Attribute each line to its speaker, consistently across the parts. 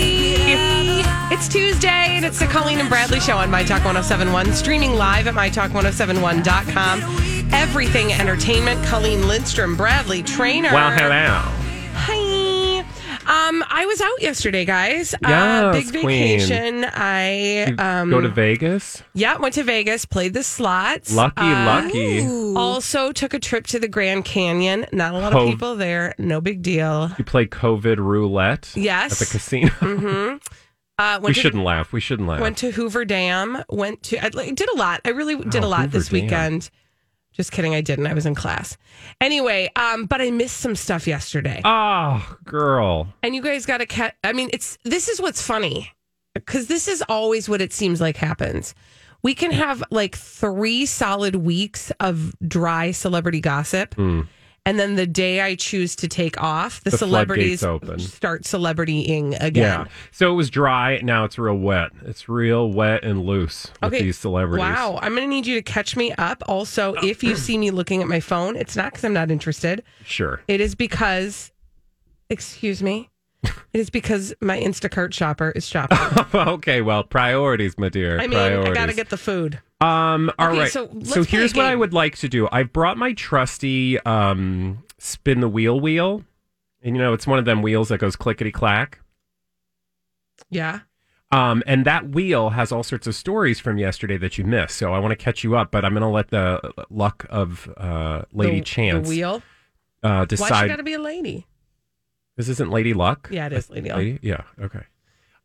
Speaker 1: Hi. It's Tuesday and it's the Colleen and Bradley show on My Talk 1071, streaming live at MyTalk1071.com. Everything entertainment, Colleen Lindstrom, Bradley, trainer.
Speaker 2: Well, hello.
Speaker 1: Hi. Um, I was out yesterday, guys. uh,
Speaker 2: Yes,
Speaker 1: big
Speaker 2: queen.
Speaker 1: vacation. I um,
Speaker 2: Go to Vegas.
Speaker 1: yeah, went to Vegas, played the slots.
Speaker 2: Lucky,
Speaker 1: Uh,
Speaker 2: lucky.
Speaker 1: Also took a trip to the Grand Canyon. Not a lot
Speaker 2: Ho-
Speaker 1: of people there. No big deal.
Speaker 2: You play COVID roulette.
Speaker 1: Yes.
Speaker 2: At the casino.
Speaker 1: Uh, went
Speaker 2: we
Speaker 1: to the
Speaker 2: shouldn't laugh. We shouldn't laugh.
Speaker 1: Went to Hoover Dam. Went to. I like, did a lot. I really did a
Speaker 2: Wow,
Speaker 1: lot
Speaker 2: Hoover
Speaker 1: this
Speaker 2: Dam.
Speaker 1: weekend. Just kidding. I didn't. I was in class. Anyway, um, but I missed some stuff yesterday.
Speaker 2: oh, girl.
Speaker 1: and you guys got to catch. I mean, it's this is what's funny because this is always what it seems like happens. We can have like three solid weeks of dry celebrity gossip. And then the day I choose to take off, the,
Speaker 2: Hmm. The
Speaker 1: celebrities
Speaker 2: floodgates open.
Speaker 1: start celebritying again.
Speaker 2: Yeah. So it was dry. Now it's real wet. It's real wet and loose with these celebrities.
Speaker 1: Wow. I'm going to need you to catch me up. Also, if you see me looking at my phone, it's not because I'm not interested.
Speaker 2: Sure.
Speaker 1: It is because, excuse me, it is because my Instacart shopper is shopping.
Speaker 2: okay. Well, priorities, my dear.
Speaker 1: I mean,
Speaker 2: priorities.
Speaker 1: I got to get the food.
Speaker 2: Um. All right.
Speaker 1: Okay, so
Speaker 2: So,
Speaker 1: let's play a
Speaker 2: here's what I
Speaker 1: game.
Speaker 2: would like to do. I've brought my trusty um spin the wheel wheel, and you know it's one of them wheels that goes clickety clack.
Speaker 1: Yeah.
Speaker 2: Um, and that wheel has all sorts of stories from yesterday that you missed. So I want to catch you up, but I'm going to let the luck of uh, Lady
Speaker 1: The-
Speaker 2: Chance
Speaker 1: The wheel.
Speaker 2: uh,
Speaker 1: Why she
Speaker 2: decide.
Speaker 1: got to be a lady?
Speaker 2: this isn't Lady Luck.
Speaker 1: Yeah, it is Lady Luck.
Speaker 2: Lady? Yeah. Okay.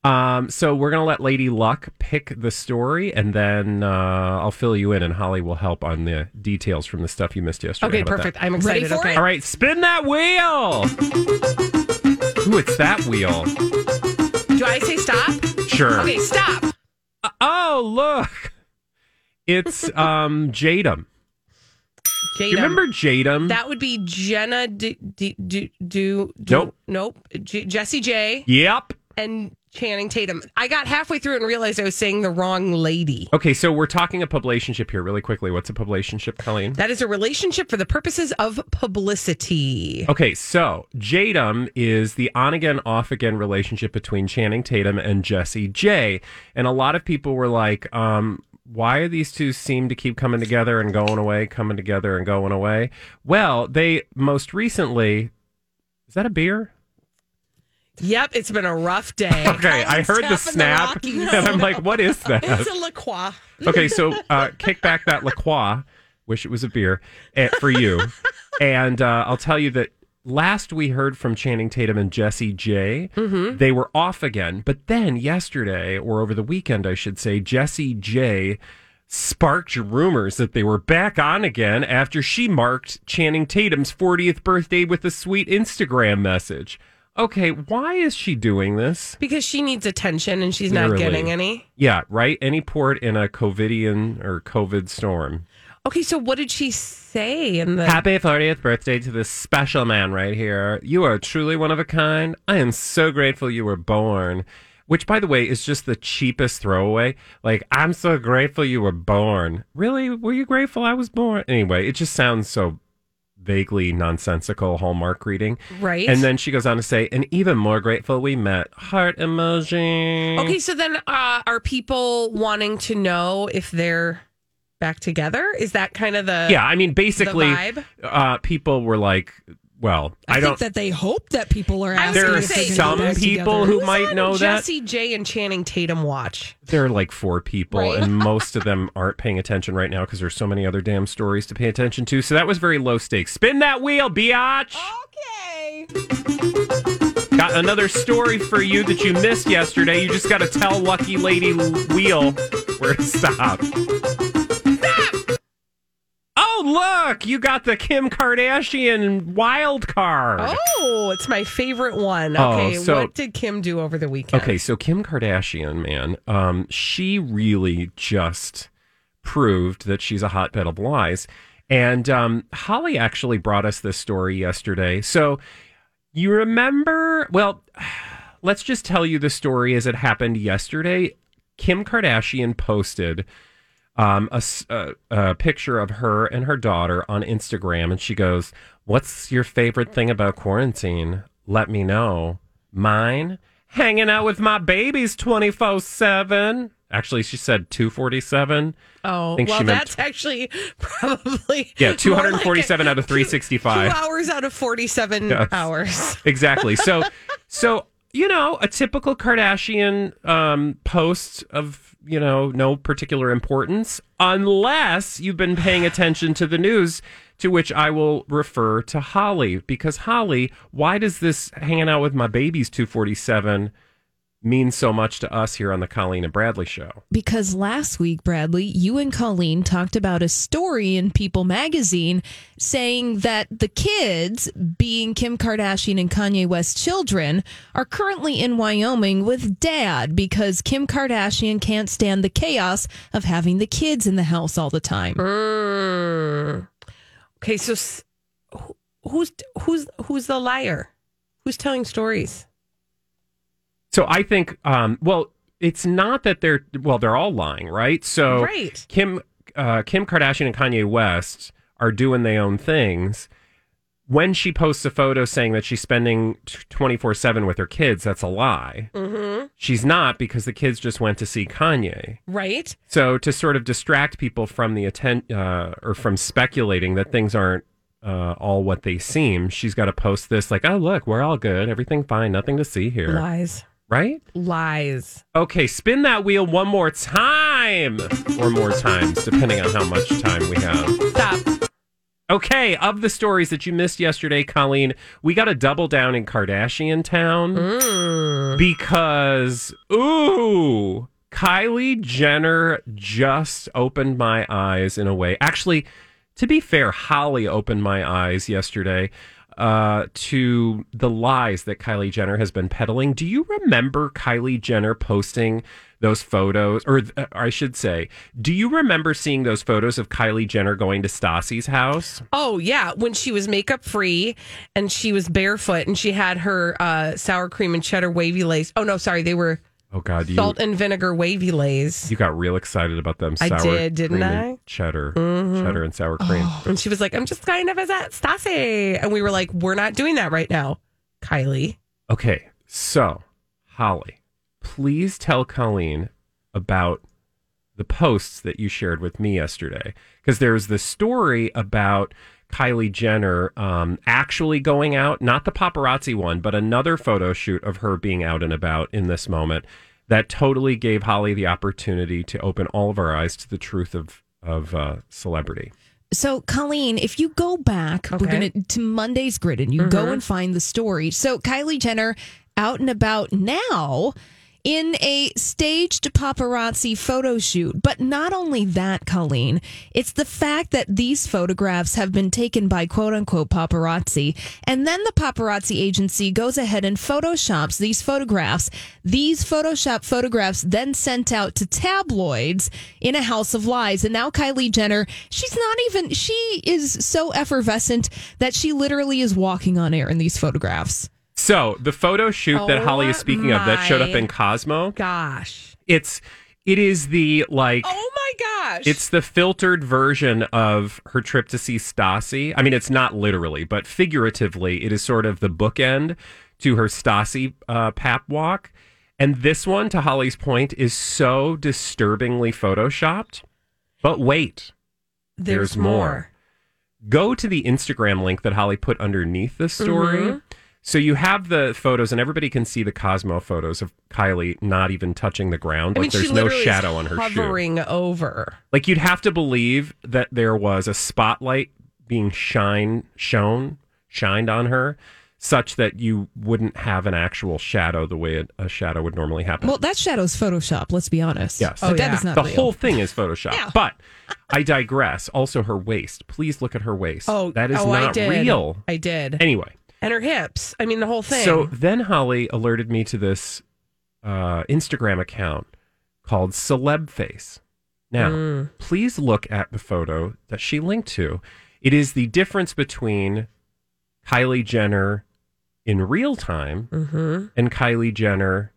Speaker 2: Um, so we're going to let Lady Luck pick the story, and then uh, I'll fill you in, and Holly will help on the details from the stuff you missed yesterday.
Speaker 1: Okay,
Speaker 2: How about
Speaker 1: perfect.
Speaker 2: that?
Speaker 1: I'm excited.
Speaker 3: for
Speaker 1: okay.
Speaker 2: All right, spin that wheel. Ooh, it's that wheel.
Speaker 1: Do I say stop?
Speaker 2: Sure. Uh,
Speaker 1: Okay, stop.
Speaker 2: Oh, look. It's um Jadam.
Speaker 1: Jada.
Speaker 2: You remember Jadam?
Speaker 1: That would be Jenna. Do, do, do, do,
Speaker 2: Nope.
Speaker 1: Nope. J- Jesse J.
Speaker 2: yep.
Speaker 1: and Channing Tatum. I got halfway through and realized I was saying the wrong lady.
Speaker 2: Okay, so we're talking a publicationship here really quickly. What's a publicationship, Colleen?
Speaker 1: That is a relationship for the purposes of publicity.
Speaker 2: Okay, so Jadam is the on again, off again relationship between Channing Tatum and Jesse J. And a lot of people were like, um, why are these two seem to keep coming together and going away, coming together and going away? Well, they most recently. Is that a beer?
Speaker 1: Yep, it's been a rough day.
Speaker 2: Okay, I heard the snap, and I'm like, what is that?
Speaker 1: It's a La Croix.
Speaker 2: Okay, so uh, kick back that La Croix. Wish it was a beer eh, for you. And uh, I'll tell you that last we heard from Channing Tatum and Jesse J, they were off again. But then yesterday, or over the weekend, I should say, Jesse J sparked rumors that they were back on again after she marked Channing Tatum's 40th birthday with a sweet Instagram message. Okay, why is she doing this?
Speaker 1: Because she needs attention and she's not
Speaker 2: Clearly.
Speaker 1: getting any.
Speaker 2: Yeah, right? Any port in a COVIDian or COVID storm.
Speaker 1: Okay, so what did she say in the
Speaker 2: Happy 40th birthday to this special man right here. You are truly one of a kind. I am so grateful you were born. Which, by the way, is just the cheapest throwaway. Like, I'm so grateful you were born. Really? Were you grateful I was born? Anyway, it just sounds so vaguely nonsensical Hallmark greeting.
Speaker 1: right?
Speaker 2: And then she goes on to say, and even more grateful we met. Heart emoji.
Speaker 1: Okay, so then uh, are people wanting to know if they're back together? Is that kind of the
Speaker 2: yeah, I mean, basically,
Speaker 1: the vibe?
Speaker 2: uh, people were like, Well, I,
Speaker 3: think
Speaker 2: don't.
Speaker 3: that they hope that people are
Speaker 1: I was
Speaker 3: asking.
Speaker 2: there are
Speaker 3: if they're
Speaker 1: say,
Speaker 3: gonna
Speaker 2: some
Speaker 3: get back
Speaker 2: people
Speaker 3: together.
Speaker 2: who
Speaker 1: Who's
Speaker 2: might
Speaker 1: on
Speaker 2: know that.
Speaker 1: Jesse J and Channing Tatum watch.
Speaker 2: There are like four people,
Speaker 1: Right.
Speaker 2: and most of them aren't paying attention right now because there's so many other damn stories to pay attention to. So that was very low stakes. Spin that wheel, biatch.
Speaker 3: Okay.
Speaker 2: Got another story for you that you missed yesterday. You just got to tell Lucky Lady Wheel where to stop. Stop! Oh, look, you got the Kim Kardashian wild card.
Speaker 1: Oh, it's my favorite one.
Speaker 2: Oh,
Speaker 1: Okay,
Speaker 2: so-
Speaker 1: what did Kim do over the weekend?
Speaker 2: Okay, so Kim Kardashian, man, um, she really just proved that she's a hotbed of lies. And um, Holly actually brought us this story yesterday. So you remember, well, let's just tell you the story as it happened yesterday. Kim Kardashian posted um, a, s- a- a picture of her and her daughter on Instagram, and she goes, "What's your favorite thing about quarantine? Let me know. Mine, hanging out with my babies twenty four 7 Actually, she said two forty seven.
Speaker 1: Oh,
Speaker 2: think
Speaker 1: well,
Speaker 2: she meant-
Speaker 1: that's actually probably
Speaker 2: Yeah, two
Speaker 1: more like
Speaker 2: hundred forty seven
Speaker 1: a-
Speaker 2: out of three sixty
Speaker 1: Two
Speaker 2: five.
Speaker 1: hours out of forty-seven
Speaker 2: Yes.
Speaker 1: hours.
Speaker 2: exactly. So, so you know, a typical Kardashian um, post of you know no particular importance, unless you've been paying attention to the news. To which I will refer to Holly because Holly, why does this hanging out with my babies two forty seven mean so much to us here on the Colleen and Bradley show?
Speaker 3: Because last week, Bradley, you and Colleen talked about a story in People magazine saying that the kids, being Kim Kardashian and Kanye West's children, are currently in Wyoming with dad because Kim Kardashian can't stand the chaos of having the kids in the house all the time.
Speaker 1: Mm. Okay, so s- who- who's who's who's the liar? Who's telling stories?
Speaker 2: So I think, um, well, it's not that they're well, they're all lying, right? So
Speaker 1: Right.
Speaker 2: Kim, uh, Kim Kardashian and Kanye West are doing their own things. When she posts a photo saying that she's spending twenty four seven with her kids, that's a lie.
Speaker 1: Mm-hmm.
Speaker 2: She's not because the kids just went to see Kanye.
Speaker 1: Right.
Speaker 2: So to sort of distract people from the atten- uh, or from speculating that things aren't uh, all what they seem, she's got to post this like, "Oh look, we're all good, everything fine, nothing to see here,"
Speaker 1: Lies.
Speaker 2: right?
Speaker 1: Lies.
Speaker 2: Okay, spin that wheel one more time. Or more times, depending on how much time we have.
Speaker 1: Stop.
Speaker 2: Okay, of the stories that you missed yesterday, Colleen, we got to double down in Kardashian Town
Speaker 1: Mm.
Speaker 2: because, ooh, Kylie Jenner just opened my eyes in a way. Actually, to be fair, Holly opened my eyes yesterday uh, to the lies that Kylie Jenner has been peddling. Do you remember Kylie Jenner posting those photos? Or uh, I should say, do you remember seeing those photos of Kylie Jenner going to Stassi's house?
Speaker 1: Oh yeah, when she was makeup free and she was barefoot and she had her uh, sour cream and cheddar wavy lays. Oh no, sorry, they were
Speaker 2: Oh, God. You,
Speaker 1: salt and vinegar wavy lays.
Speaker 2: you got real excited about them
Speaker 1: I
Speaker 2: sour
Speaker 1: did, didn't
Speaker 2: cream and
Speaker 1: I? Mm-hmm. Oh,
Speaker 2: cheddar. Cheddar and sour cream.
Speaker 1: And she was like, "I'm just kind of as at Stasi," and we were like, "We're not doing that right now, Kylie."
Speaker 2: Okay, so Holly, please tell Colleen about the posts that you shared with me yesterday because there's the story about Kylie Jenner um, actually going out, not the paparazzi one, but another photo shoot of her being out and about in this moment that totally gave Holly the opportunity to open all of our eyes to the truth of of uh, celebrity.
Speaker 3: So, Colleen, if you go back, we're
Speaker 1: Okay. Mm-hmm.
Speaker 3: going to to Monday's grid and you go and find the story. So, Kylie Jenner out and about now in a staged paparazzi photo shoot. But not only that, Colleen, it's the fact that these photographs have been taken by quote unquote paparazzi. And then the paparazzi agency goes ahead and photoshops these photographs. These Photoshop photographs then sent out to tabloids in a house of lies. And now Kylie Jenner, she's not even, she is so effervescent that she literally is walking on air in these photographs.
Speaker 2: So the photo shoot
Speaker 1: Oh
Speaker 2: that Holly is speaking of that showed up
Speaker 1: my
Speaker 2: in Cosmo,
Speaker 1: Gosh.
Speaker 2: it's it is the like
Speaker 1: Oh my gosh.
Speaker 2: It's the filtered version of her trip to see Stasi. I mean, it's not literally, but figuratively, it is sort of the bookend to her Stasi uh, pap walk. And this one, to Holly's point, is so disturbingly photoshopped. But wait, there's more. go to the Instagram link that Holly put underneath this story.
Speaker 1: Mm-hmm.
Speaker 2: So you have the photos, and everybody can see the Cosmo photos of Kylie not even touching the ground.
Speaker 1: I
Speaker 2: Like
Speaker 1: mean,
Speaker 2: there's
Speaker 1: she
Speaker 2: no
Speaker 1: literally is
Speaker 2: shadow on her shoe.
Speaker 1: hovering over.
Speaker 2: Like you'd have to believe that there was a spotlight being shine shown shined on her, such that you wouldn't have an actual shadow the way a, a shadow would normally happen.
Speaker 3: Well, that shadow's Photoshop. Let's be honest.
Speaker 2: Yes.
Speaker 3: Like,
Speaker 1: Oh,
Speaker 3: that
Speaker 1: yeah.
Speaker 3: is not
Speaker 2: the
Speaker 3: real.
Speaker 2: whole thing is Photoshop. But I digress. Also, her waist. Please look at her waist.
Speaker 1: Oh,
Speaker 2: that is
Speaker 1: oh, I
Speaker 2: not
Speaker 1: did.
Speaker 2: real.
Speaker 1: I did.
Speaker 2: Anyway,
Speaker 1: and her hips. I mean, the whole thing.
Speaker 2: so then Holly alerted me to this uh, Instagram account called Celeb Face. Now,
Speaker 1: Mm.
Speaker 2: please look at the photo that she linked to. It is the difference between Kylie Jenner in real time
Speaker 1: Mhm.
Speaker 2: and Kylie Jenner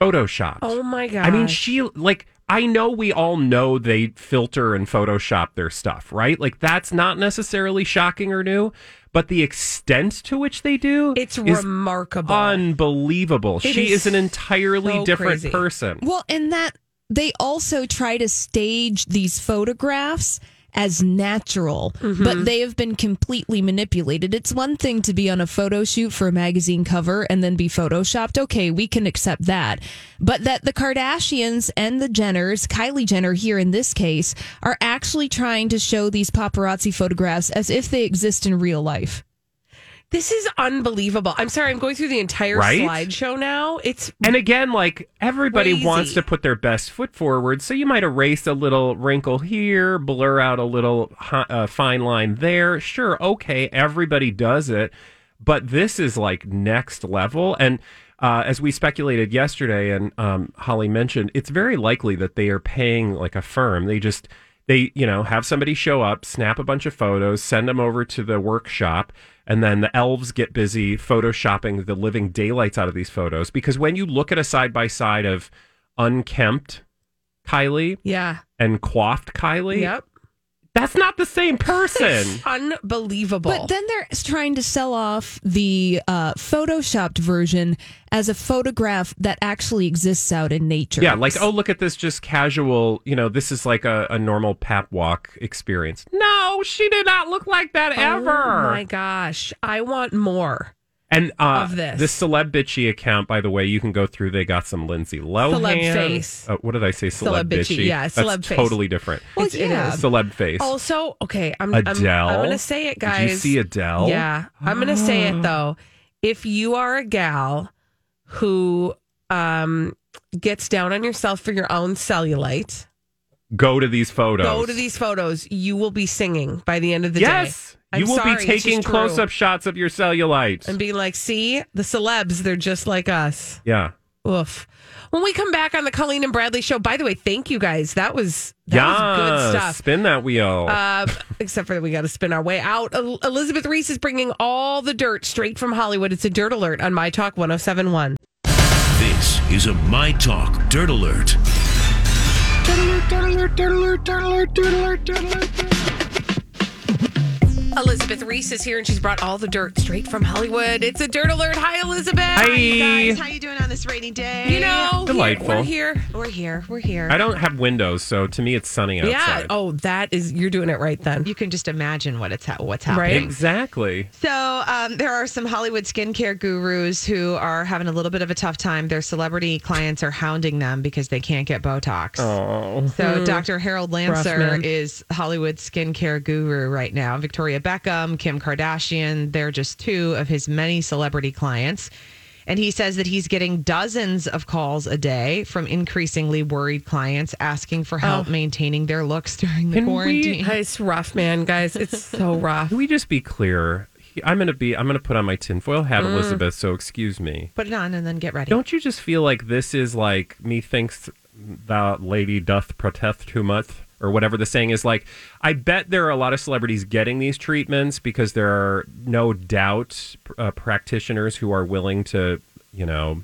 Speaker 2: photoshopped.
Speaker 1: oh my god.
Speaker 2: I mean, she like I know we all know they filter and Photoshop their stuff, right? Like that's not necessarily shocking or new, but the extent to which they do
Speaker 1: it's
Speaker 2: is
Speaker 1: remarkable.
Speaker 2: unbelievable.
Speaker 1: It
Speaker 2: she
Speaker 1: is
Speaker 2: is, an entirely
Speaker 1: so
Speaker 2: different
Speaker 1: crazy.
Speaker 2: person.
Speaker 3: Well, and that they also try to stage these photographs as natural, but they have been completely manipulated. It's one thing to be on a photo shoot for a magazine cover and then be photoshopped. Okay, we can accept that. But that the Kardashians and the Jenners, Kylie Jenner here in this case, are actually trying to show these paparazzi photographs as if they exist in real life.
Speaker 1: this is unbelievable. I'm sorry. I'm going through the entire
Speaker 2: Right?
Speaker 1: slideshow now. It's
Speaker 2: And again, like everybody
Speaker 1: Crazy.
Speaker 2: wants to put their best foot forward, so you might erase a little wrinkle here, blur out a little hi- uh, fine line there. Sure, okay, everybody does it, but this is like next level. And uh, as we speculated yesterday, and um, Holly mentioned, it's very likely that they are paying like a firm. They just they you know have somebody show up snap a bunch of photos send them over to the workshop and then the elves get busy photoshopping the living daylights out of these photos because when you look at a side by side of unkempt kylie
Speaker 1: yeah.
Speaker 2: and coiffed kylie
Speaker 1: Yep.
Speaker 2: that's not the same person
Speaker 1: Unbelievable.
Speaker 3: But then they're trying to sell off the uh, photoshopped version as a photograph that actually exists out in nature.
Speaker 2: yeah like oh look at this just casual you know this is like a, a normal pap walk experience no she did not look like that ever
Speaker 1: Oh my gosh. I want more.
Speaker 2: And uh,
Speaker 1: of this.
Speaker 2: celeb bitchy account, by the way, you can go through. They got some Lindsay Lohan.
Speaker 1: Celeb face.
Speaker 2: Uh, what did I say? Celeb,
Speaker 1: Celeb bitchy,
Speaker 2: bitchy.
Speaker 1: yeah,
Speaker 2: That's
Speaker 1: celeb face.
Speaker 2: Totally different.
Speaker 3: Well,
Speaker 1: It's- it
Speaker 3: yeah.
Speaker 1: is.
Speaker 2: Celeb face.
Speaker 1: Also, okay, I'm
Speaker 2: Adele.
Speaker 1: I'm, I'm gonna say it, guys.
Speaker 2: Did you see Adele?
Speaker 1: Yeah, I'm gonna say it though. If you are a gal who um gets down on yourself for your own cellulite,
Speaker 2: Go to these photos.
Speaker 1: go to these photos. You will be singing by the end of the day.
Speaker 2: Yes.
Speaker 1: I'm
Speaker 2: you will
Speaker 1: sorry,
Speaker 2: be
Speaker 1: it's
Speaker 2: taking
Speaker 1: just
Speaker 2: close
Speaker 1: true.
Speaker 2: up shots of your cellulite.
Speaker 1: and being like, "See, the celebs, they're just like us."
Speaker 2: yeah.
Speaker 1: Oof. When we come back on the Colleen and Bradley show, by the way, thank you guys. That was that was good
Speaker 2: Yes.
Speaker 1: stuff.
Speaker 2: Spin that wheel.
Speaker 1: Uh, except for that we got to spin our way out. El- Elizabeth Reese is bringing all the dirt straight from Hollywood. It's a dirt alert on My Talk 1071.
Speaker 4: This is a My Talk Dirt Alert.
Speaker 1: Elizabeth Reese is here and she's brought all the dirt straight from Hollywood. It's a dirt alert. Hi, Elizabeth.
Speaker 2: Hi.
Speaker 5: Guys, how you doing on this rainy day?
Speaker 1: You know,
Speaker 2: Delightful.
Speaker 1: we're here.
Speaker 5: we're here. We're here.
Speaker 2: I don't have windows, so to me it's sunny outside.
Speaker 1: Yeah. Oh, that is, you're doing it right then.
Speaker 5: you can just imagine what it's ha- what's happening.
Speaker 1: Right.
Speaker 2: Exactly.
Speaker 5: So um, there are some Hollywood skincare gurus who are having a little bit of a tough time. Their celebrity clients are hounding them because they can't get Botox.
Speaker 2: Oh.
Speaker 5: So Dr. Harold Lancer
Speaker 1: man.
Speaker 5: is Hollywood skincare guru right now. Victoria Beckham, Kim Kardashian, they're just two of his many celebrity clients. And he says that he's getting dozens of calls a day from increasingly worried clients asking for help maintaining their looks during the
Speaker 2: Oh. Can we-
Speaker 5: quarantine.
Speaker 1: It's rough, man, guys. It's so rough.
Speaker 2: Can we just be clear? He- I'm gonna be. I'm gonna put on my tinfoil hat, Elizabeth. So excuse me.
Speaker 5: Put it on and then get ready.
Speaker 2: Don't you just feel like this is like me thinks thou lady doth protest too much or whatever the saying is like I bet there are a lot of celebrities getting these treatments because there are no doubt uh, practitioners who are willing to, you know,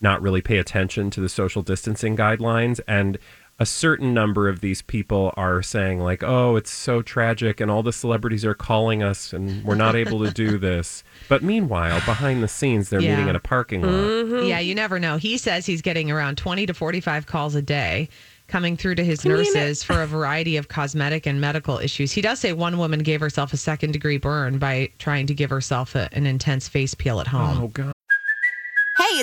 Speaker 2: not really pay attention to the social distancing guidelines and a certain number of these people are saying like oh it's so tragic and all the celebrities are calling us and we're not able to do this but meanwhile behind the scenes they're meeting
Speaker 5: Yeah.
Speaker 2: in a parking lot
Speaker 5: Yeah, you never know. He says he's getting around 20 to 45 calls a day
Speaker 3: coming through to his nurses for a variety of cosmetic and medical issues. He does say one woman gave herself a second degree burn by trying to give herself a, an intense face peel at home.
Speaker 2: Oh, God.
Speaker 6: Hey,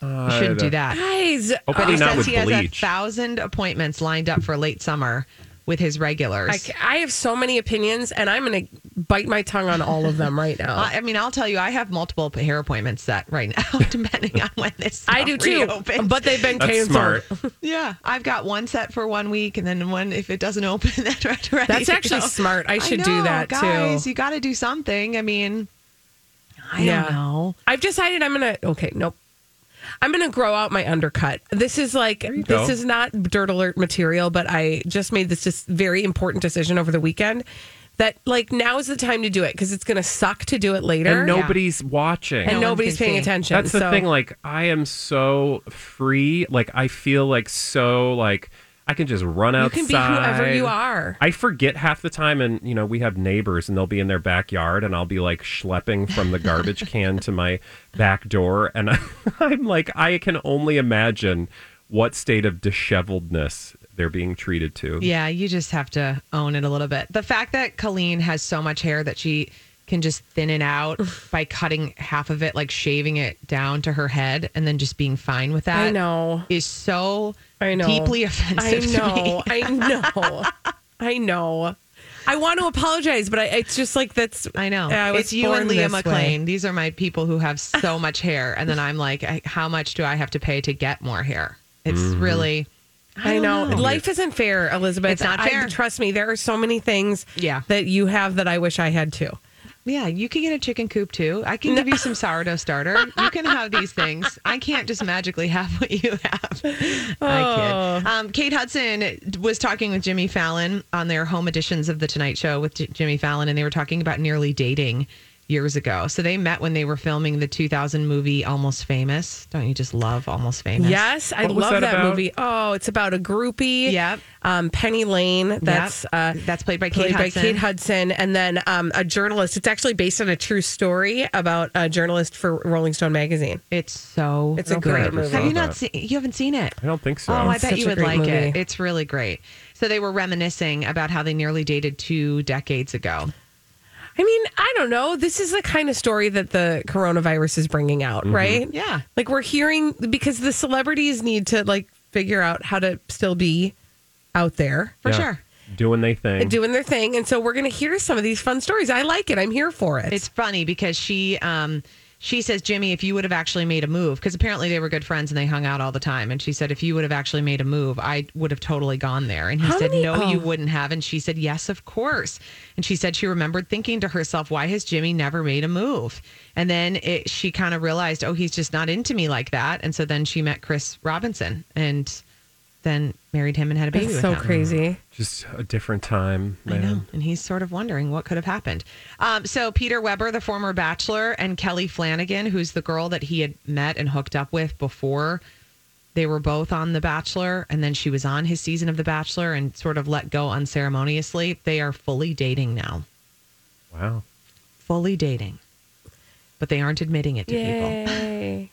Speaker 3: You shouldn't do that.
Speaker 1: Guys,
Speaker 2: Hopefully
Speaker 3: he
Speaker 2: Oh, not
Speaker 3: says
Speaker 2: with
Speaker 3: he has a
Speaker 2: bleach.
Speaker 3: thousand appointments lined up for late summer with his regulars.
Speaker 1: I,
Speaker 3: I,
Speaker 1: c- I have so many opinions, and I'm going to bite my tongue on all of them right now.
Speaker 3: I mean, I'll tell you, I have multiple hair appointments set right now, depending on when this.
Speaker 1: I do too,
Speaker 3: reopens.
Speaker 1: but they've been
Speaker 2: That's
Speaker 1: canceled.
Speaker 2: smart.
Speaker 3: yeah, I've got one set for one week, and then one if it doesn't open, then right, ready
Speaker 1: That's
Speaker 3: to
Speaker 1: actually
Speaker 3: go.
Speaker 1: smart. I should do
Speaker 3: know,
Speaker 1: that, too.
Speaker 3: guys, You got to do something. I mean, I
Speaker 1: Yeah.
Speaker 3: don't know.
Speaker 1: I've decided I'm gonna. Okay, nope. I'm gonna grow out my undercut. This is like this
Speaker 2: go.
Speaker 1: is not dirt alert material, but I just made this just very important decision over the weekend that like now is the time to do it because it's gonna suck to do it later
Speaker 2: And nobody's watching.
Speaker 1: and
Speaker 3: no one
Speaker 1: nobody's
Speaker 3: can
Speaker 1: paying
Speaker 3: see.
Speaker 1: attention.
Speaker 2: That's the
Speaker 1: so-
Speaker 2: thing. Like, I am so free. Like, I feel like so like I can just run
Speaker 1: you
Speaker 2: outside.
Speaker 1: can be whoever you are.
Speaker 2: I forget half the time, and you know we have neighbors, and they'll be in their backyard, and I'll be like schlepping from the garbage can to my back door, and I'm like, I can only imagine what state of disheveledness they're being treated to.
Speaker 3: Yeah, you just have to own it a little bit. The fact that Colleen has so much hair that she can just thin it out by cutting half of it, like shaving it down to her head, and then just being fine with that.
Speaker 1: I know.
Speaker 3: Is so
Speaker 1: I know.
Speaker 3: deeply
Speaker 1: I
Speaker 3: offensive. To me.
Speaker 1: know. I know. I know. I want to apologize, but I, it's just like that's.
Speaker 3: I know.
Speaker 1: I was
Speaker 3: it's you and
Speaker 1: born
Speaker 3: Leah
Speaker 1: this way.
Speaker 3: McLean. These are my people who have so much hair, and then I'm like, I, how much do I have to pay to get more hair? It's really.
Speaker 1: I,
Speaker 3: don't
Speaker 1: know. Life isn't fair, Elizabeth.
Speaker 3: It's not
Speaker 1: I-
Speaker 3: fair.
Speaker 1: trust me, there are so many things
Speaker 3: Yeah.
Speaker 1: that you have that I wish I had too.
Speaker 3: Yeah, you can get a chicken coop too. I can give you some sourdough starter. You can have these things. I can't just magically have what you have.
Speaker 1: Oh.
Speaker 3: I kid. Um, Kate Hudson was talking with Jimmy Fallon on their home editions of The Tonight Show with J- Jimmy Fallon, and they were talking about nearly dating years ago. So they met when they were filming the 2000 movie Almost Famous. Don't you just love Almost Famous?
Speaker 1: Yes, I
Speaker 2: What was
Speaker 1: love that,
Speaker 2: that about?
Speaker 1: movie. Oh, it's about a groupie.
Speaker 3: Yep.
Speaker 1: Um, Penny Lane. That's uh,
Speaker 3: That's played by Kate
Speaker 1: played by
Speaker 3: Hudson.
Speaker 1: Kate Hudson, and then um, a journalist. It's actually based on a true story about a journalist for Rolling Stone magazine.
Speaker 3: It's so
Speaker 1: It's a great
Speaker 2: Never
Speaker 1: movie.
Speaker 2: saw
Speaker 3: Have you not
Speaker 2: that.
Speaker 3: seen you haven't seen it?
Speaker 2: I don't think so.
Speaker 3: Oh, I
Speaker 1: It's
Speaker 3: bet
Speaker 1: such
Speaker 3: you
Speaker 1: a
Speaker 3: would
Speaker 1: great
Speaker 3: like it.
Speaker 1: movie.
Speaker 3: It's really great. So they were reminiscing about how they nearly dated two decades ago.
Speaker 1: Mm-hmm. I mean, I don't know. This is the kind of story that the coronavirus is bringing out,
Speaker 3: Mm-hmm.
Speaker 1: right?
Speaker 3: Yeah.
Speaker 1: Like we're hearing because the celebrities need to like figure out how to still be out there.
Speaker 3: For
Speaker 2: Yeah.
Speaker 3: sure.
Speaker 2: Doing they thing.
Speaker 1: doing their thing. And so we're going to hear some of these fun stories. I like it. I'm here for it.
Speaker 3: It's funny because she um she says, Jimmy, if you would have actually made a move, because apparently they were good friends and they hung out all the time. And she said, if you would have actually made a move, I would have totally gone there. And he said,
Speaker 1: many-
Speaker 3: no,
Speaker 1: oh.
Speaker 3: you wouldn't have. And she said, yes, of course. And she said she remembered thinking to herself, why has Jimmy never made a move? And then it, she kind of realized, oh, he's just not into me like that. And so then she met Chris Robinson and then married him and had a baby.
Speaker 1: It's
Speaker 3: with
Speaker 1: so
Speaker 3: him.
Speaker 1: crazy.
Speaker 2: Just a different time,
Speaker 3: I
Speaker 2: man.
Speaker 3: know. And he's sort of wondering what could have happened. Um, so, Peter Weber, the former bachelor, and Kelly Flanagan, who's the girl that he had met and hooked up with before they were both on The Bachelor, and then she was on his season of The Bachelor and sort of let go unceremoniously. They are fully dating now.
Speaker 2: Wow.
Speaker 3: Fully dating. But they aren't admitting it to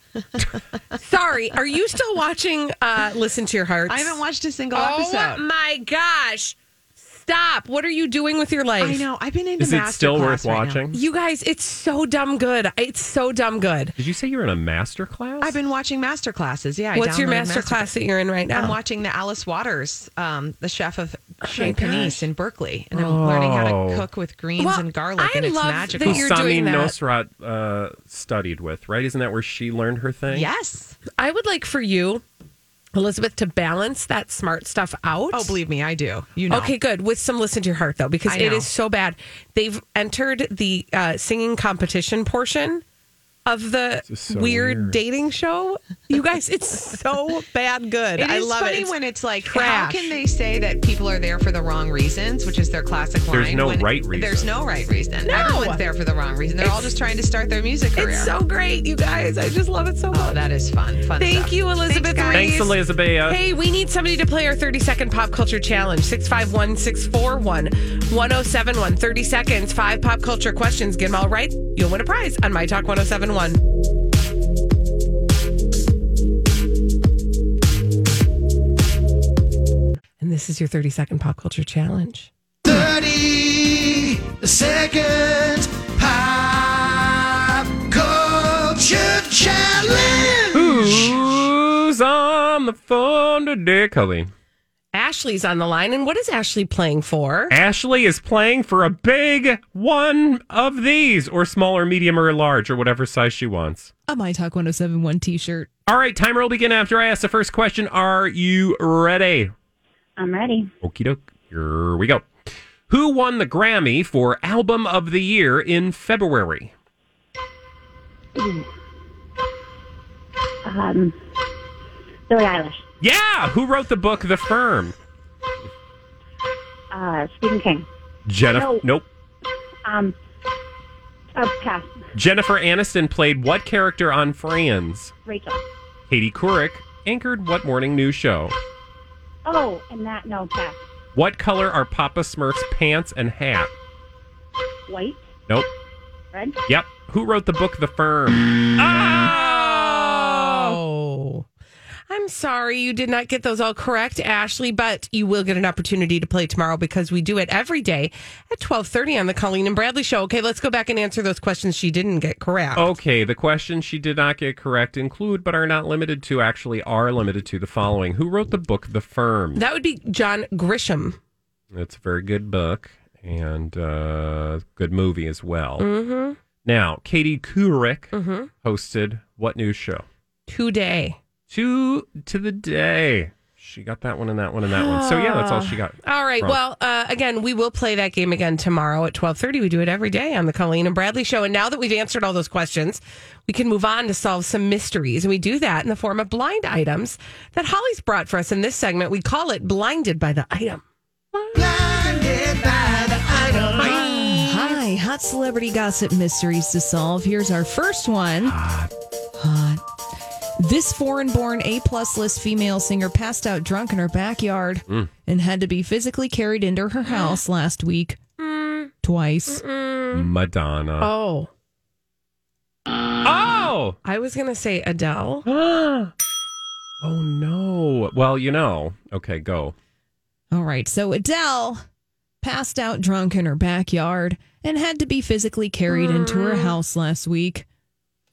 Speaker 3: people.
Speaker 1: Yay. Sorry, are you still watching uh Listen to Your Hearts?
Speaker 3: I haven't watched a single
Speaker 1: Oh
Speaker 3: episode.
Speaker 1: my gosh. Stop. What are you doing with your life?
Speaker 3: I know. I've been into
Speaker 2: Is it still worth
Speaker 3: Masterclass right now.
Speaker 2: watching?
Speaker 1: You guys, it's so dumb good. It's so dumb good.
Speaker 2: Did you say you're in a master class?
Speaker 3: I've been watching master classes. Yeah. I
Speaker 1: What's your
Speaker 3: downloaded
Speaker 1: master
Speaker 3: Masterclass.
Speaker 1: class that you're in right now? Oh
Speaker 3: I'm watching the Alice Waters, um, the chef of
Speaker 5: Chez Panisse in Berkeley, and I'm
Speaker 2: Oh.
Speaker 5: learning how to cook with greens
Speaker 1: Well,
Speaker 5: and garlic,
Speaker 1: I
Speaker 5: and it's
Speaker 1: love that
Speaker 5: magical.
Speaker 2: Who
Speaker 1: you're
Speaker 2: Sami
Speaker 1: doing that.
Speaker 2: Nosrat uh, studied with, right? Isn't that where she learned her thing?
Speaker 5: Yes.
Speaker 1: I would like for you, Elizabeth, to balance that smart stuff out.
Speaker 5: Oh, believe me, I do. You know.
Speaker 1: Okay, good. With some listen to your heart though, because
Speaker 5: I
Speaker 1: it
Speaker 5: know.
Speaker 1: is so bad. They've entered the uh, singing competition portion of the
Speaker 2: is so
Speaker 1: weird,
Speaker 2: weird.
Speaker 1: dating show. You guys, it's so bad good.
Speaker 5: It
Speaker 1: I
Speaker 5: is
Speaker 1: love
Speaker 5: funny
Speaker 1: it. It's-
Speaker 5: when it's like,
Speaker 1: trash.
Speaker 5: how can they say that people are there for the wrong reasons, which is their classic line?
Speaker 2: There's no
Speaker 5: when
Speaker 2: right
Speaker 5: There's
Speaker 2: reason.
Speaker 5: no right reason. Everyone's there for the wrong reason. They're all just trying to start their music career.
Speaker 1: it's so great, you guys. I just love it so
Speaker 5: oh,
Speaker 1: much.
Speaker 5: that is fun. Fun
Speaker 1: Thank
Speaker 5: stuff.
Speaker 1: you, Elizabeth
Speaker 5: guys.
Speaker 2: Thanks,
Speaker 1: Reese.
Speaker 2: Elizabeth.
Speaker 1: Hey, we need somebody to play our 30 second pop culture challenge. 651 641 1071. 30 seconds, five pop culture questions. Get them all right. You'll win a prize on My Talk 1071. And this is your 30 second pop culture challenge.
Speaker 4: 30 seconds pop culture challenge.
Speaker 2: Who's on the phone today, Colleen?
Speaker 1: Ashley's on the line. And what is Ashley playing for?
Speaker 2: Ashley is playing for a big one of these, or small, or medium, or large, or whatever size she wants.
Speaker 3: A My Talk 1071 t shirt.
Speaker 2: All right, timer will begin after I ask the first question. Are you ready?
Speaker 7: I'm ready.
Speaker 2: Okie doke. Here we go. Who won the Grammy for Album of the Year in February?
Speaker 7: Um, Billie Eilish,
Speaker 2: Yeah, who wrote the book The Firm?
Speaker 7: uh, Stephen King,
Speaker 2: Jennifer.
Speaker 7: No.
Speaker 2: Nope.
Speaker 7: um, uh, pass,
Speaker 2: Jennifer Aniston played what character on Friends?
Speaker 7: Rachel.
Speaker 2: Katie Couric anchored what morning news show?
Speaker 7: Oh, and that no pass.
Speaker 2: What color are Papa Smurf's pants and hat?
Speaker 7: White,
Speaker 2: Nope.
Speaker 7: red.
Speaker 2: Yep. Who wrote the book The Firm? Oh!
Speaker 1: Oh. I'm sorry you did not get those all correct, Ashley, but you will get an opportunity to play tomorrow because we do it every day at 12:30 on the Colleen and Bradley show. Okay, let's go back and answer those questions she didn't get correct.
Speaker 2: Okay, the questions she did not get correct include, but are not limited to, actually are limited to the following. Who wrote the book The Firm?
Speaker 1: That would be John Grisham.
Speaker 2: It's a very good book and uh, good movie as well. Mm-hmm. Now, Katie Couric
Speaker 1: Mm-hmm.
Speaker 2: hosted what news show?
Speaker 1: Today.
Speaker 2: Two to the day. She got that one and that one and that one. So yeah, that's all she got.
Speaker 1: All right.
Speaker 2: Wrong.
Speaker 1: Well, uh, again, we will play that game again tomorrow at 12:30. We do it every day on the Colleen and Bradley show. And now that we've answered all those questions, we can move on to solve some mysteries. And we do that in the form of blind items that Holly's brought for us in this segment. We call it blinded by the item.
Speaker 3: Hi, hot celebrity gossip mysteries to solve. Here's our first one. Hot. This foreign born A plus list female singer passed out drunk in her backyard and had to be physically carried into her house last week. Twice.
Speaker 2: Madonna.
Speaker 1: mm. Oh,
Speaker 2: Oh!
Speaker 1: I was going to say Adele.
Speaker 2: oh no. Well, you know. Okay, go.
Speaker 3: All right. So Adele passed out drunk in her backyard and had to be physically carried into her house last week.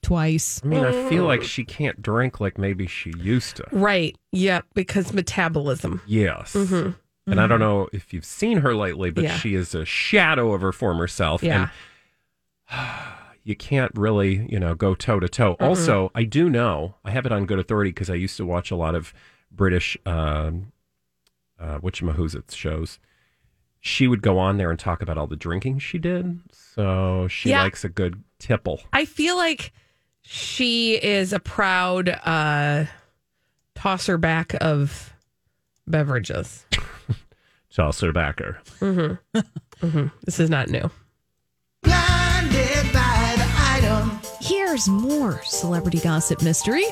Speaker 3: Twice.
Speaker 2: I mean, I
Speaker 1: Mm.
Speaker 2: feel like she can't drink like maybe she used to.
Speaker 1: Right. Yep. Because metabolism. Mm-hmm.
Speaker 2: Yes. And I don't know if you've seen her lately, but
Speaker 1: Yeah.
Speaker 2: she is a shadow of her former self.
Speaker 1: Yeah.
Speaker 2: And you can't really, you know, go toe to toe. Also, I do know, I have it on good authority because I used to watch a lot of British, um, uh, whatchamahoozits shows. She would go on there and talk about all the drinking she did. So she
Speaker 1: Yeah.
Speaker 2: likes a good tipple.
Speaker 1: I feel like she is a proud uh, tosser back of beverages.
Speaker 2: Toss her backer.
Speaker 1: This is not new.
Speaker 3: Here's more celebrity gossip mystery.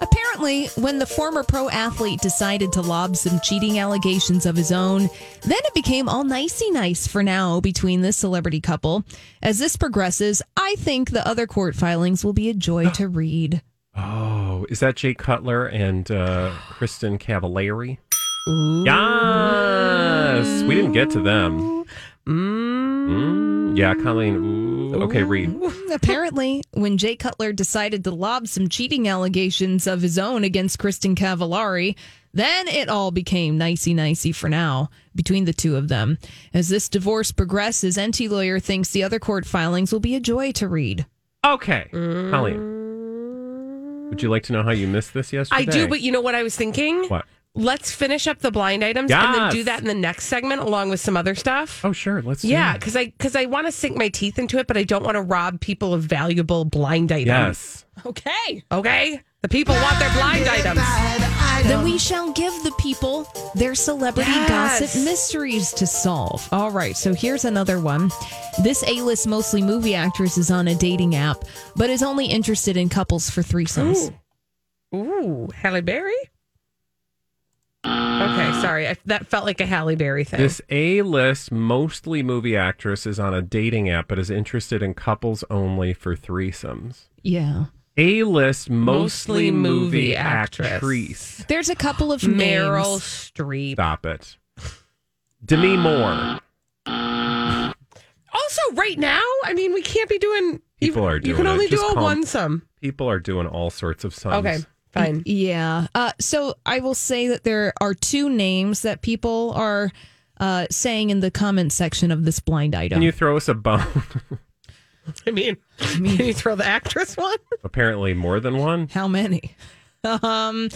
Speaker 3: Apparently, when the former pro athlete decided to lob some cheating allegations of his own, then it became all nicey nice for now between this celebrity couple. As this progresses, I think the other court filings will be a joy to read.
Speaker 2: Oh, is that Jay Cutler and uh, Kristen Cavallari? Yes, we didn't get to them. Mm, yeah, Colleen. Ooh. Okay, read.
Speaker 3: Mm, Apparently, when Jay Cutler decided to lob some cheating allegations of his own against Kristen Cavallari, Then it all became nicey nicey for now between the two of them. As this divorce progresses, NT lawyer thinks the other court filings will be a joy to read.
Speaker 2: Okay, Colleen. Would you like to know how you missed this yesterday?
Speaker 1: I do, but you know what I was thinking?
Speaker 2: What?
Speaker 1: Let's finish up the blind items and then
Speaker 2: Yes.
Speaker 1: do that in the next segment along with some other stuff.
Speaker 2: Oh, sure. Let's. do
Speaker 1: Yeah,
Speaker 2: it.
Speaker 1: because I because I want to sink my teeth into it, but I don't want to rob people of valuable blind items.
Speaker 2: Yes.
Speaker 3: Okay.
Speaker 1: Okay. The people want their blind items.
Speaker 3: Then we shall give the people their celebrity
Speaker 1: Yes.
Speaker 3: gossip mysteries to solve. All right, so here's another one. This A list, mostly movie actress, is on a dating app, but is only interested in couples for threesomes.
Speaker 1: Ooh, Halle Berry. Okay, sorry. I, that felt like a Halle Berry thing.
Speaker 2: This A list, mostly movie actress, is on a dating app but is interested in couples only for threesomes.
Speaker 3: Yeah.
Speaker 2: A list,
Speaker 1: Mostly
Speaker 2: mostly, movie,
Speaker 1: movie
Speaker 2: actress.
Speaker 1: actress.
Speaker 3: There's a couple of
Speaker 1: Meryl
Speaker 3: names.
Speaker 1: Streep.
Speaker 2: Stop it. Demi Moore.
Speaker 1: Also, right now, I mean, we can't be doing.
Speaker 2: People are
Speaker 1: You
Speaker 2: doing
Speaker 1: can
Speaker 2: it.
Speaker 1: only do
Speaker 2: Just
Speaker 1: a
Speaker 2: calm.
Speaker 1: one sum.
Speaker 2: People are doing all sorts of sums.
Speaker 1: Okay, fine.
Speaker 3: Yeah. Uh, so I will say that there are two names that people are uh, saying in the comment section of this blind item.
Speaker 2: Can you throw us a bone?
Speaker 1: I mean, can you throw the actress one?
Speaker 2: Apparently, more than one.
Speaker 3: How many? Um,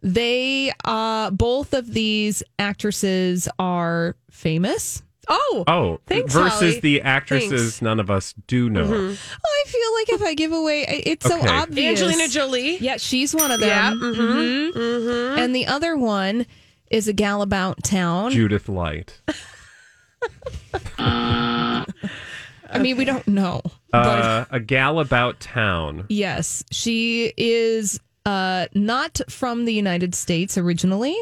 Speaker 3: they uh, both of these actresses are famous.
Speaker 1: Oh,
Speaker 2: Oh,
Speaker 1: Thanks,
Speaker 2: versus
Speaker 1: Holly.
Speaker 2: the actresses
Speaker 1: Thanks. Mm-hmm.
Speaker 2: none of us do know.
Speaker 3: I feel like if I give away, I- it's
Speaker 2: Okay.
Speaker 3: so obvious.
Speaker 1: Angelina Jolie.
Speaker 3: Yeah, she's one of them.
Speaker 1: Yeah. Mm-hmm. Mm-hmm.
Speaker 3: And the other one is a gal about town.
Speaker 2: Judith Light.
Speaker 3: I mean, we don't know.
Speaker 2: Uh, a gal about town.
Speaker 3: Yes, she is uh, not from the United States originally.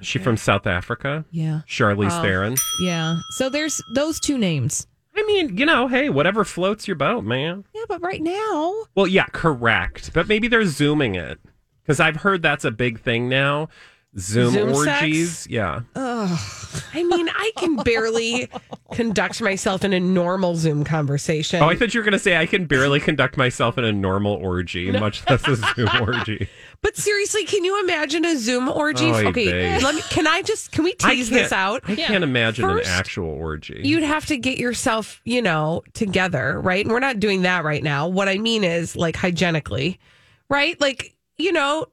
Speaker 2: Is She from South Africa.
Speaker 3: Yeah.
Speaker 2: Charlize
Speaker 1: Oh.
Speaker 2: Theron.
Speaker 3: Yeah. So there's those two names.
Speaker 2: I mean, you know, hey, whatever floats your boat, man.
Speaker 3: Yeah, but right now,
Speaker 2: Well, yeah, correct. But maybe they're zooming it because I've heard that's a big thing now. Zoom,
Speaker 1: Zoom sex?
Speaker 2: orgies. Yeah.
Speaker 1: I mean, I can barely conduct myself in a normal Zoom conversation.
Speaker 2: Oh, I thought you were going to say I can barely conduct myself in a normal orgy, much less a Zoom orgy.
Speaker 1: but seriously, can you imagine a Zoom orgy?
Speaker 2: Oy
Speaker 1: okay,
Speaker 2: vey.
Speaker 1: let me. Can I just? Can we
Speaker 2: Oh, I
Speaker 1: tease this
Speaker 2: can't-
Speaker 1: out?
Speaker 2: I can't imagine
Speaker 1: First,
Speaker 2: an actual orgy.
Speaker 1: You'd have to get yourself, you know, together, right? And we're not doing that right now. What I mean is, like, hygienically, right? Like, you know,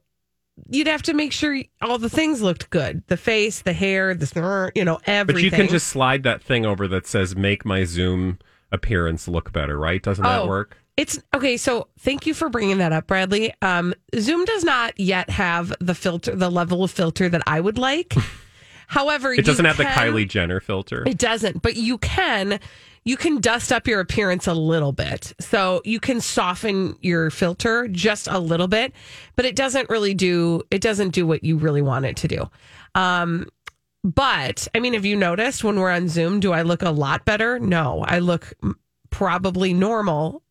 Speaker 1: you'd have to make sure all the things looked good the face, the hair, the, you know,
Speaker 2: but
Speaker 1: everything.
Speaker 2: you can just slide that thing over that says "Make my Zoom appearance look better," right? Doesn't
Speaker 1: Oh.
Speaker 2: that work?
Speaker 1: It's okay. So thank you for bringing that up, Bradley. Um, Zoom does not yet have the filter, the level of filter that I would like. However, you
Speaker 2: It doesn't have the
Speaker 1: can-
Speaker 2: Kylie Jenner filter.
Speaker 1: It doesn't, but you can you can dust up your appearance a little bit. So you can soften your filter just a little bit, but it doesn't really do it doesn't do what you really want it to do. Um but I mean, have you noticed when we're on Zoom, do I look a lot better? No, I look m- probably normal.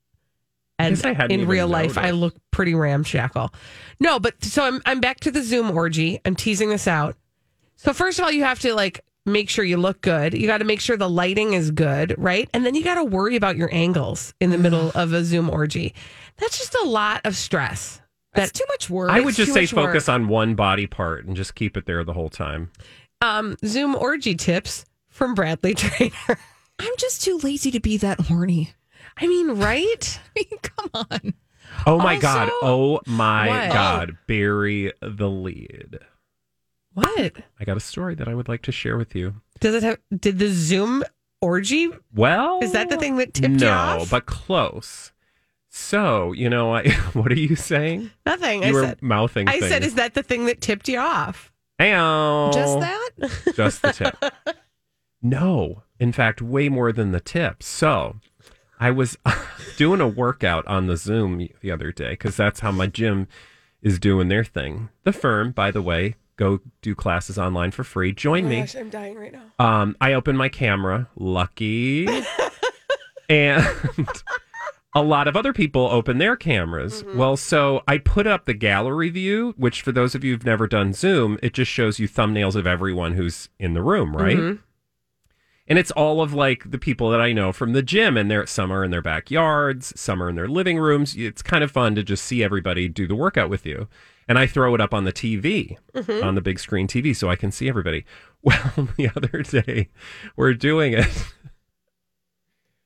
Speaker 1: And
Speaker 2: Guess I hadn't
Speaker 1: in
Speaker 2: even
Speaker 1: real life, I
Speaker 2: noticed.
Speaker 1: look pretty ramshackle. No, but so I'm I'm back to the Zoom orgy. I'm teasing this out. So first of all, you have to like make sure you look good. You got to make sure the lighting is good, right? And then you got to worry about your angles in the middle of a Zoom orgy. That's just a lot of stress.
Speaker 3: that's
Speaker 1: That
Speaker 3: too much work.
Speaker 2: I would just
Speaker 1: too
Speaker 2: say
Speaker 1: much work.
Speaker 2: focus on one body part and just keep it there the whole time.
Speaker 1: um, Zoom orgy tips from Bradley Trainer.
Speaker 3: I'm just too lazy to be that horny.
Speaker 1: I mean, right?
Speaker 3: I mean, come on.
Speaker 2: Oh my
Speaker 1: Also-
Speaker 2: god! Oh my
Speaker 1: What? Oh.
Speaker 2: god! Bury the lead.
Speaker 1: What
Speaker 2: I got a story that I would like to share with you.
Speaker 1: does it have? Did the Zoom orgy?
Speaker 2: Well,
Speaker 1: Is that the thing that tipped you
Speaker 2: no,
Speaker 1: off?
Speaker 2: but close. So you know, I what are you saying?
Speaker 1: Nothing.
Speaker 2: you
Speaker 1: I
Speaker 2: were
Speaker 1: said.
Speaker 2: mouthing.
Speaker 1: I said,
Speaker 2: things.
Speaker 1: is that the thing that tipped you off?
Speaker 2: Hey-oh.
Speaker 3: Just that?
Speaker 2: Just the tip. no, in fact, way more than the tip. So I was doing a workout on the Zoom the other day because that's how my gym is doing their thing. The firm, by the way, go do classes online for free. Join me.
Speaker 1: Oh I'm dying right now.
Speaker 2: Um, I opened my camera, lucky, and a lot of other people open their cameras. Well, so I put up the gallery view, which for those of you who've never done Zoom, it just shows you thumbnails of everyone who's in the room, right? And it's all of like the people that I know from the gym, and they're some are in their backyards, some are in their living rooms. It's kind of fun to just see everybody do the workout with you. and I throw it up on the TV,
Speaker 3: Mhm.
Speaker 2: on the big screen TV, so I can see everybody. Well, the other day, we're doing it.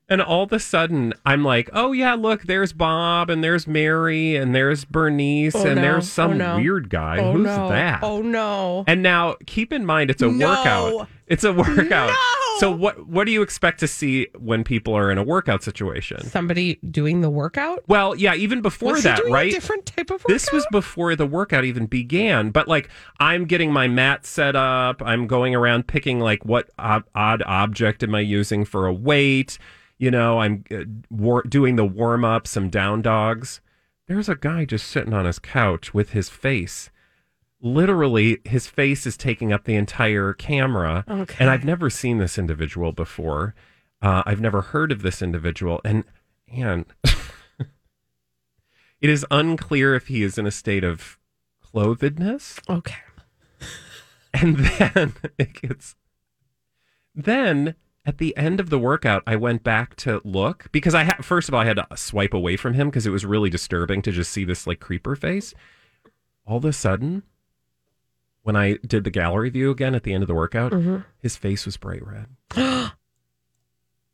Speaker 2: And all of a sudden, I'm like, oh, yeah, look, there's Bob, and there's Mary, and there's Bernice,
Speaker 3: Oh,
Speaker 2: and
Speaker 3: no.
Speaker 2: there's some
Speaker 3: Oh, no.
Speaker 2: weird guy.
Speaker 3: Oh,
Speaker 2: Who's
Speaker 3: no.
Speaker 2: that?
Speaker 3: Oh no.
Speaker 2: And now keep in mind it's a
Speaker 3: No.
Speaker 2: workout. It's a workout. So what what do you expect to see when people are in a workout situation?
Speaker 3: Somebody doing the workout?
Speaker 2: Well, yeah, even before
Speaker 3: Was he
Speaker 2: that,
Speaker 3: doing a
Speaker 2: right?
Speaker 3: different type of
Speaker 2: This was before the workout even began, but like I'm getting my mat set up, I'm going around picking like what ob- odd object am I using for a weight? You know, I'm uh, war- doing the warm up, some down dogs. There's a guy just sitting on his couch with his face literally his face is taking up the entire camera
Speaker 3: Okay.
Speaker 2: and i've never seen this individual before uh, i've never heard of this individual and and it is unclear if he is in a state of clothedness
Speaker 3: Okay.
Speaker 2: and then it gets then at the end of the workout i went back to look because i had first of all i had to swipe away from him because it was really disturbing to just see this like creeper face all of a sudden when i did the gallery view again at the end of the workout
Speaker 3: Mhm.
Speaker 2: his face was bright red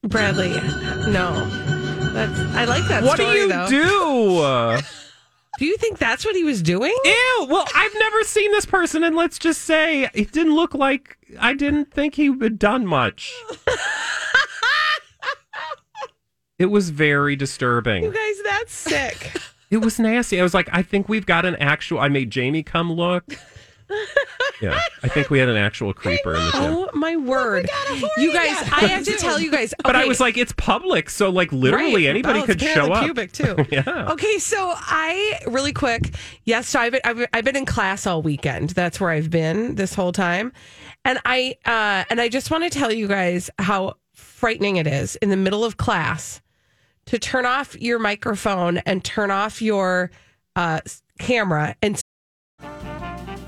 Speaker 3: Bradley. No. That's I like that
Speaker 2: what
Speaker 3: story,
Speaker 2: do you
Speaker 3: though.
Speaker 2: do
Speaker 3: Do you think that's what he was doing?
Speaker 2: Ew! Well, I've never seen this person, and let's just say it didn't look like I didn't think he had done much. it was very
Speaker 3: You
Speaker 2: disturbing.
Speaker 3: guys, that's sick.
Speaker 2: It was nasty. I was like, I think we've got an actual. I made Jamie come look. Yeah, I think we had an actual creeper in the gym.
Speaker 3: oh my word. you guys, I have to tell you guys.
Speaker 2: But I
Speaker 3: okay,
Speaker 2: was like, it's public, so like literally
Speaker 3: right.
Speaker 2: anybody
Speaker 3: Well,
Speaker 2: could
Speaker 3: it's
Speaker 2: show
Speaker 3: apparently
Speaker 2: up.
Speaker 3: Pubic Oh. too.
Speaker 2: yeah.
Speaker 3: Okay, so I really quick. Yes, so I've been, I've, I've been in class all weekend. That's where I've been this whole time, and I uh, and I just want to tell you guys how frightening it is in the middle of class to turn off your microphone and turn off your uh, s- camera and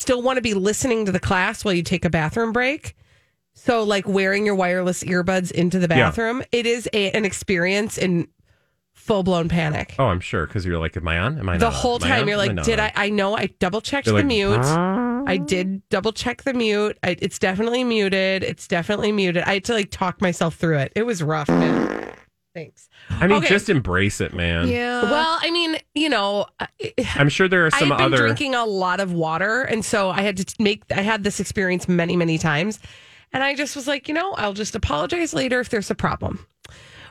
Speaker 3: still want to be listening to the class while you take a bathroom break. So, like wearing your wireless earbuds into the
Speaker 2: Yeah.
Speaker 3: bathroom, it is a, an experience in full blown panic.
Speaker 2: Oh, I'm sure because you're like, am I on? Am I
Speaker 3: the
Speaker 2: not on? Am
Speaker 3: whole
Speaker 2: I
Speaker 3: time
Speaker 2: on?
Speaker 3: you're
Speaker 2: Am
Speaker 3: like
Speaker 2: not
Speaker 3: did
Speaker 2: on?
Speaker 3: i i know i double checked the
Speaker 2: You're like,
Speaker 3: mute
Speaker 2: "Brrr."
Speaker 3: i did double check the mute I, it's definitely muted it's definitely muted i had to like talk myself through it it was rough man thanks
Speaker 2: I mean,
Speaker 3: Okay.
Speaker 2: just embrace it, man.
Speaker 3: well i mean you know I-
Speaker 2: I'm sure there are
Speaker 3: i've
Speaker 2: some
Speaker 3: been
Speaker 2: other.
Speaker 3: drinking a lot of water and so i had to t- make i had this experience many many times and i just was like you know i'll just apologize later if there's a problem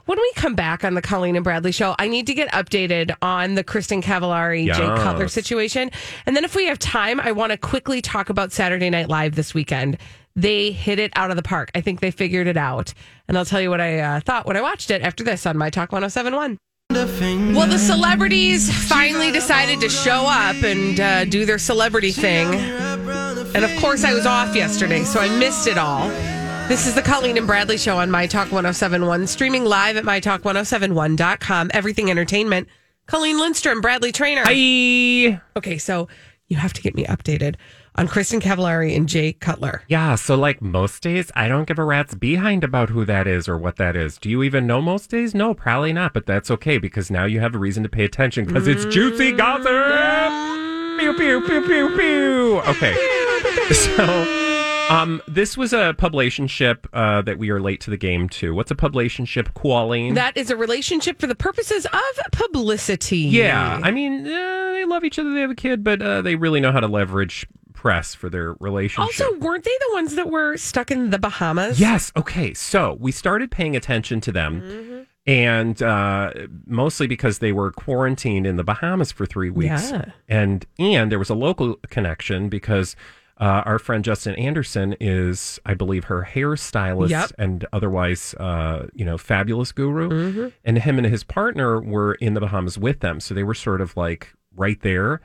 Speaker 3: when we come back on the Colleen and Bradley show, I need to get updated on the Kristen Cavallari, Jay
Speaker 8: Yes.
Speaker 3: Cutler situation. And then if we have time, I want to quickly talk about Saturday Night Live this weekend. They hit it out of the park. I think they figured it out. And I'll tell you what I uh, thought when I watched it after this on My Talk 1071. Well, the celebrities finally decided to show up and uh, do their celebrity thing. And of course, I was off yesterday, so I missed it all. This is the Colleen and Bradley Show on My Talk 1071, streaming live at MyTalk1071.com. Everything Entertainment. Colleen Lindstrom, Bradley Trainer.
Speaker 2: Hi.
Speaker 3: Okay, so you have to get me updated on Kristen Cavallari and Jay Cutler.
Speaker 2: Yeah, so like most days, I don't give a rat's behind about who that is or what that is. Do you even know most days? No, probably not, but that's okay because now you have a reason to pay attention because it's juicy gossip. Pew, pew, pew, pew, pew. Okay. So um, this was a publicationship uh, that we are late to the game to. What's a publicationship, Qualine?
Speaker 3: That is a relationship for the purposes of publicity.
Speaker 2: eh, Yeah, I mean, uh, they love each other. They have a kid, but uh, they really know how to leverage press for their relationship.
Speaker 3: Also, weren't they the ones that were stuck in the Bahamas?
Speaker 2: Yes. Okay. So we started paying attention to them, and uh, mostly because they were quarantined in the Bahamas for three weeks,
Speaker 3: Yeah.
Speaker 2: and and there was a local connection because. Uh, our friend Justin Anderson is, I believe, her hairstylist
Speaker 3: Yep.
Speaker 2: and otherwise, uh, you know, fabulous guru. And him and his partner were in the Bahamas with them, so they were sort of like right there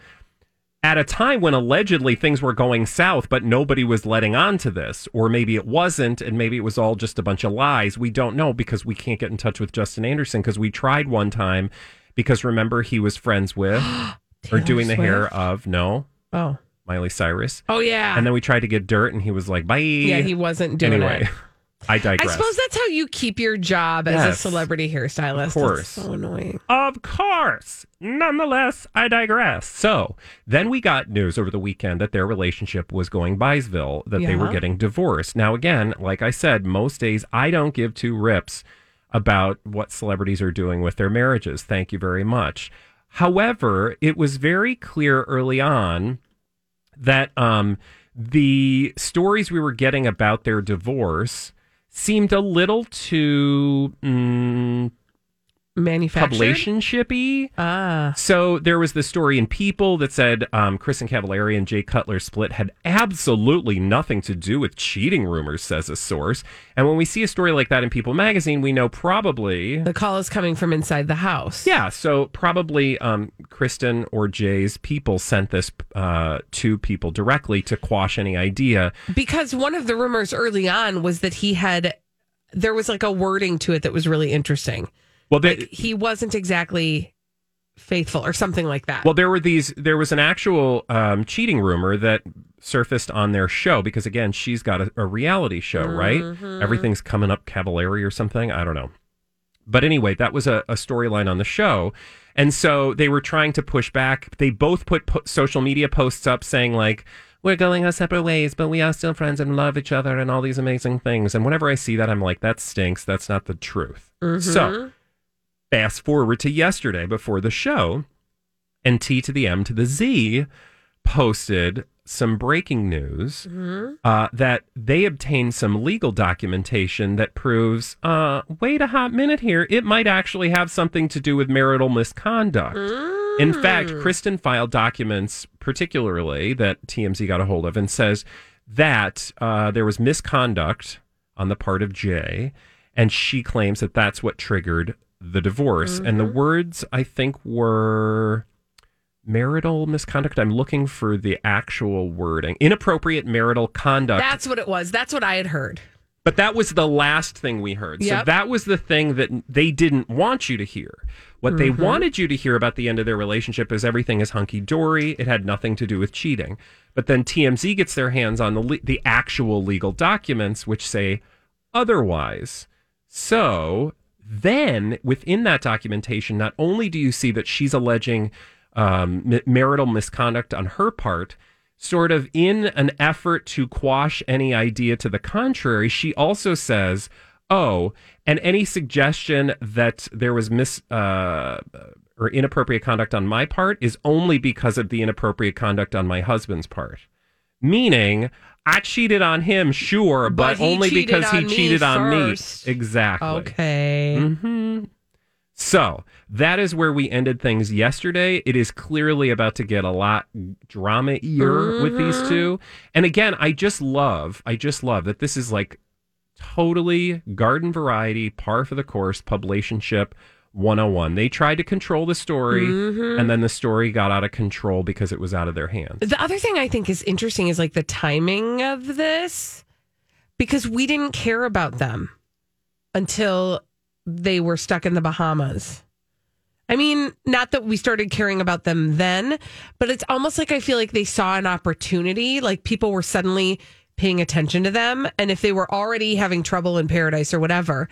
Speaker 2: at a time when allegedly things were going south, but nobody was letting on to this, or maybe it wasn't, and maybe it was all just a bunch of lies. We don't know because we can't get in touch with Justin Anderson because we tried one time because remember he was friends with or
Speaker 3: Taylor
Speaker 2: doing the hair
Speaker 3: Swift?
Speaker 2: of no
Speaker 3: Oh.
Speaker 2: Miley Cyrus.
Speaker 3: Oh, yeah.
Speaker 2: and then we tried to get dirt, and he was like, "Bye." Yeah,
Speaker 3: he wasn't doing
Speaker 2: anyway,
Speaker 3: it.
Speaker 2: I digress.
Speaker 3: I suppose that's how you keep your job as a
Speaker 2: Yes.
Speaker 3: celebrity hairstylist.
Speaker 2: Of course.
Speaker 3: That's so annoying.
Speaker 2: Of course. Nonetheless, I digress. So then we got news over the weekend that their relationship was going Bysville, that they were
Speaker 3: Yeah.
Speaker 2: getting divorced. Now, again, like I said, most days I don't give two rips about what celebrities are doing with their marriages. Thank you very much. However, it was very clear early on that um, the stories we were getting about their divorce seemed a little too mm,
Speaker 3: Manufactured?
Speaker 2: relationshipy. Ah. So there was the story in People that said um, Chris and Cavallari and Jay Cutler's split had absolutely nothing to do with cheating rumors, says a source. And when we see a story like that in People magazine, we know probably
Speaker 3: The call is coming from inside the house.
Speaker 2: yeah, so probably um, Kristen or Jay's people sent this uh, to people directly to quash any idea.
Speaker 3: Because one of the rumors early on was that he had, there was like a wording to it that was really interesting.
Speaker 2: Well, they,
Speaker 3: He wasn't exactly faithful or something like that.
Speaker 2: Well, there were these. There was an actual um, cheating rumor that surfaced on their show because, again, she's got a, a reality show, right? Everything's coming up Cavallari or something. I don't know. But anyway, that was a, a storyline on the show. And so they were trying to push back. They both put po- social media posts up saying, like, we're going our separate ways, but we are still friends and love each other and all these amazing things. And whenever I see that, I'm like, that stinks. That's not the truth. So
Speaker 3: Mhm.
Speaker 2: fast forward to yesterday before the show, and T to the M to the Z posted some breaking news uh, that they obtained some legal documentation that proves uh, wait a hot minute here, it might actually have something to do with marital misconduct. In fact, Kristen filed documents, particularly that TMZ got a hold of, and says that uh, there was misconduct on the part of Jay, and she claims that that's what triggered the divorce. And the words, I think, were marital misconduct. I'm looking for the actual wording inappropriate marital conduct.
Speaker 3: That's what it was. That's what I had heard.
Speaker 2: But that was the last thing we heard. So
Speaker 3: Yep.
Speaker 2: that was the thing that they didn't want you to hear. What they
Speaker 3: Mhm.
Speaker 2: wanted you to hear about the end of their relationship is everything is hunky dory. It had nothing to do with cheating. But then TMZ gets their hands on the le- the actual legal documents which say otherwise. So then within that documentation, not only do you see that she's alleging um, m- marital misconduct on her part, sort of in an effort to quash any idea to the contrary, she also says, oh, and any suggestion that there was mis uh, or inappropriate conduct on my part is only because of the inappropriate conduct on my husband's part. Meaning, I cheated on him, sure,
Speaker 3: But
Speaker 2: but,
Speaker 3: he
Speaker 2: only
Speaker 3: cheated
Speaker 2: because
Speaker 3: on
Speaker 2: he
Speaker 3: me
Speaker 2: cheated on
Speaker 3: first.
Speaker 2: me. Exactly.
Speaker 3: Okay.
Speaker 2: hmm So that is where we ended things yesterday. It is clearly about to get a lot drama ear with these two. And again, I just love, I just love that this is like totally garden variety, par for the course, publicationship 101. They tried to control the story,
Speaker 3: Mhm.
Speaker 2: and then the story got out of control because it was out of their hands.
Speaker 3: The other thing I think is interesting is like the timing of this because we didn't care about them until they were stuck in the Bahamas. I mean, not that we started caring about them then, but it's almost like I feel like they saw an opportunity. Like people were suddenly paying attention to them. And if they were already having trouble in paradise or whatever,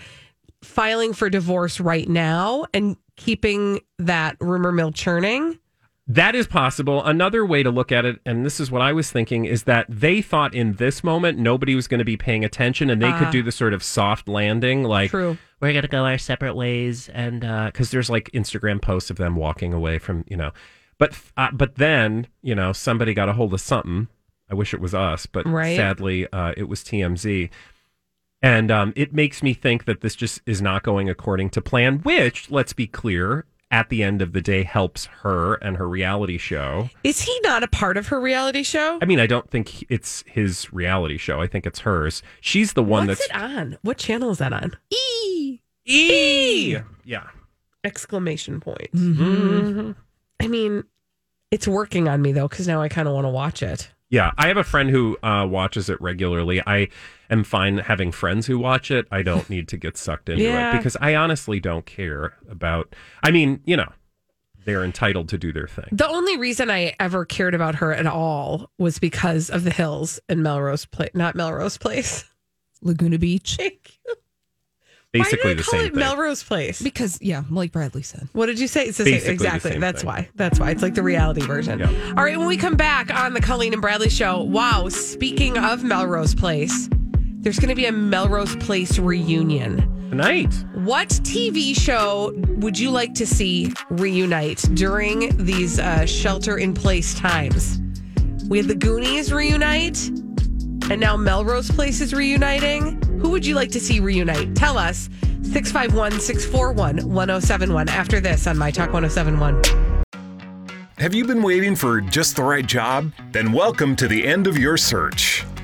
Speaker 3: filing for divorce right now and keeping that rumor mill churning.
Speaker 2: That is possible. Another way to look at it, and this is what I was thinking, is that they thought in this moment nobody was going to be paying attention and they
Speaker 1: Ah.
Speaker 2: could do the sort of soft landing, like,
Speaker 1: We're gonna go our separate ways, and uh,
Speaker 2: because there's like Instagram posts of them walking away from, you know, but uh, but then you know somebody got a hold of something I wish it was us, but
Speaker 3: Right.
Speaker 2: sadly, uh, it was TMZ. And um, it makes me think that this just is not going according to plan, which, let's be clear, at the end of the day helps her and her reality show.
Speaker 3: Is he not a part of her reality show?
Speaker 2: I mean, I don't think he- it's his reality show. I think it's hers. She's the one
Speaker 3: What's it
Speaker 2: that's
Speaker 3: on? What channel is that on? E
Speaker 2: E. Yeah.
Speaker 3: Exclamation point.
Speaker 2: Mhm.
Speaker 3: Mhm. I mean, it's working on me though, because now I kind of want to watch it.
Speaker 2: Yeah, I have a friend who uh, watches it regularly. I am fine having friends who watch it. I don't need to get sucked into
Speaker 3: Yeah.
Speaker 2: it because I honestly don't care about. I mean, you know, they're entitled to do their thing.
Speaker 3: The only reason I ever cared about her at all was because of the hills and Melrose Place, not Melrose Place,
Speaker 9: Laguna Beach.
Speaker 2: Basically,
Speaker 3: Why did I
Speaker 2: the
Speaker 3: call
Speaker 2: same
Speaker 3: it
Speaker 2: thing.
Speaker 3: Melrose Place?
Speaker 9: Because yeah, like Bradley said.
Speaker 3: What did you say? It's the
Speaker 2: Basically the
Speaker 3: same. Exactly.
Speaker 2: same
Speaker 3: That's
Speaker 2: thing.
Speaker 3: why. That's why. It's like the reality version. All right. When we come back on the Colleen and Bradley show, wow. Speaking of Melrose Place, there's going to be a Melrose Place reunion
Speaker 2: tonight.
Speaker 3: What TV show would you like to see reunite during these uh, shelter-in-place times? We had the Goonies reunite, and now Melrose Place is reuniting. Who would you like to see reunite? Tell us 651 641 1071 after this on My Talk 1071.
Speaker 10: Have you been waiting for just the right job? Then welcome to the end of your search.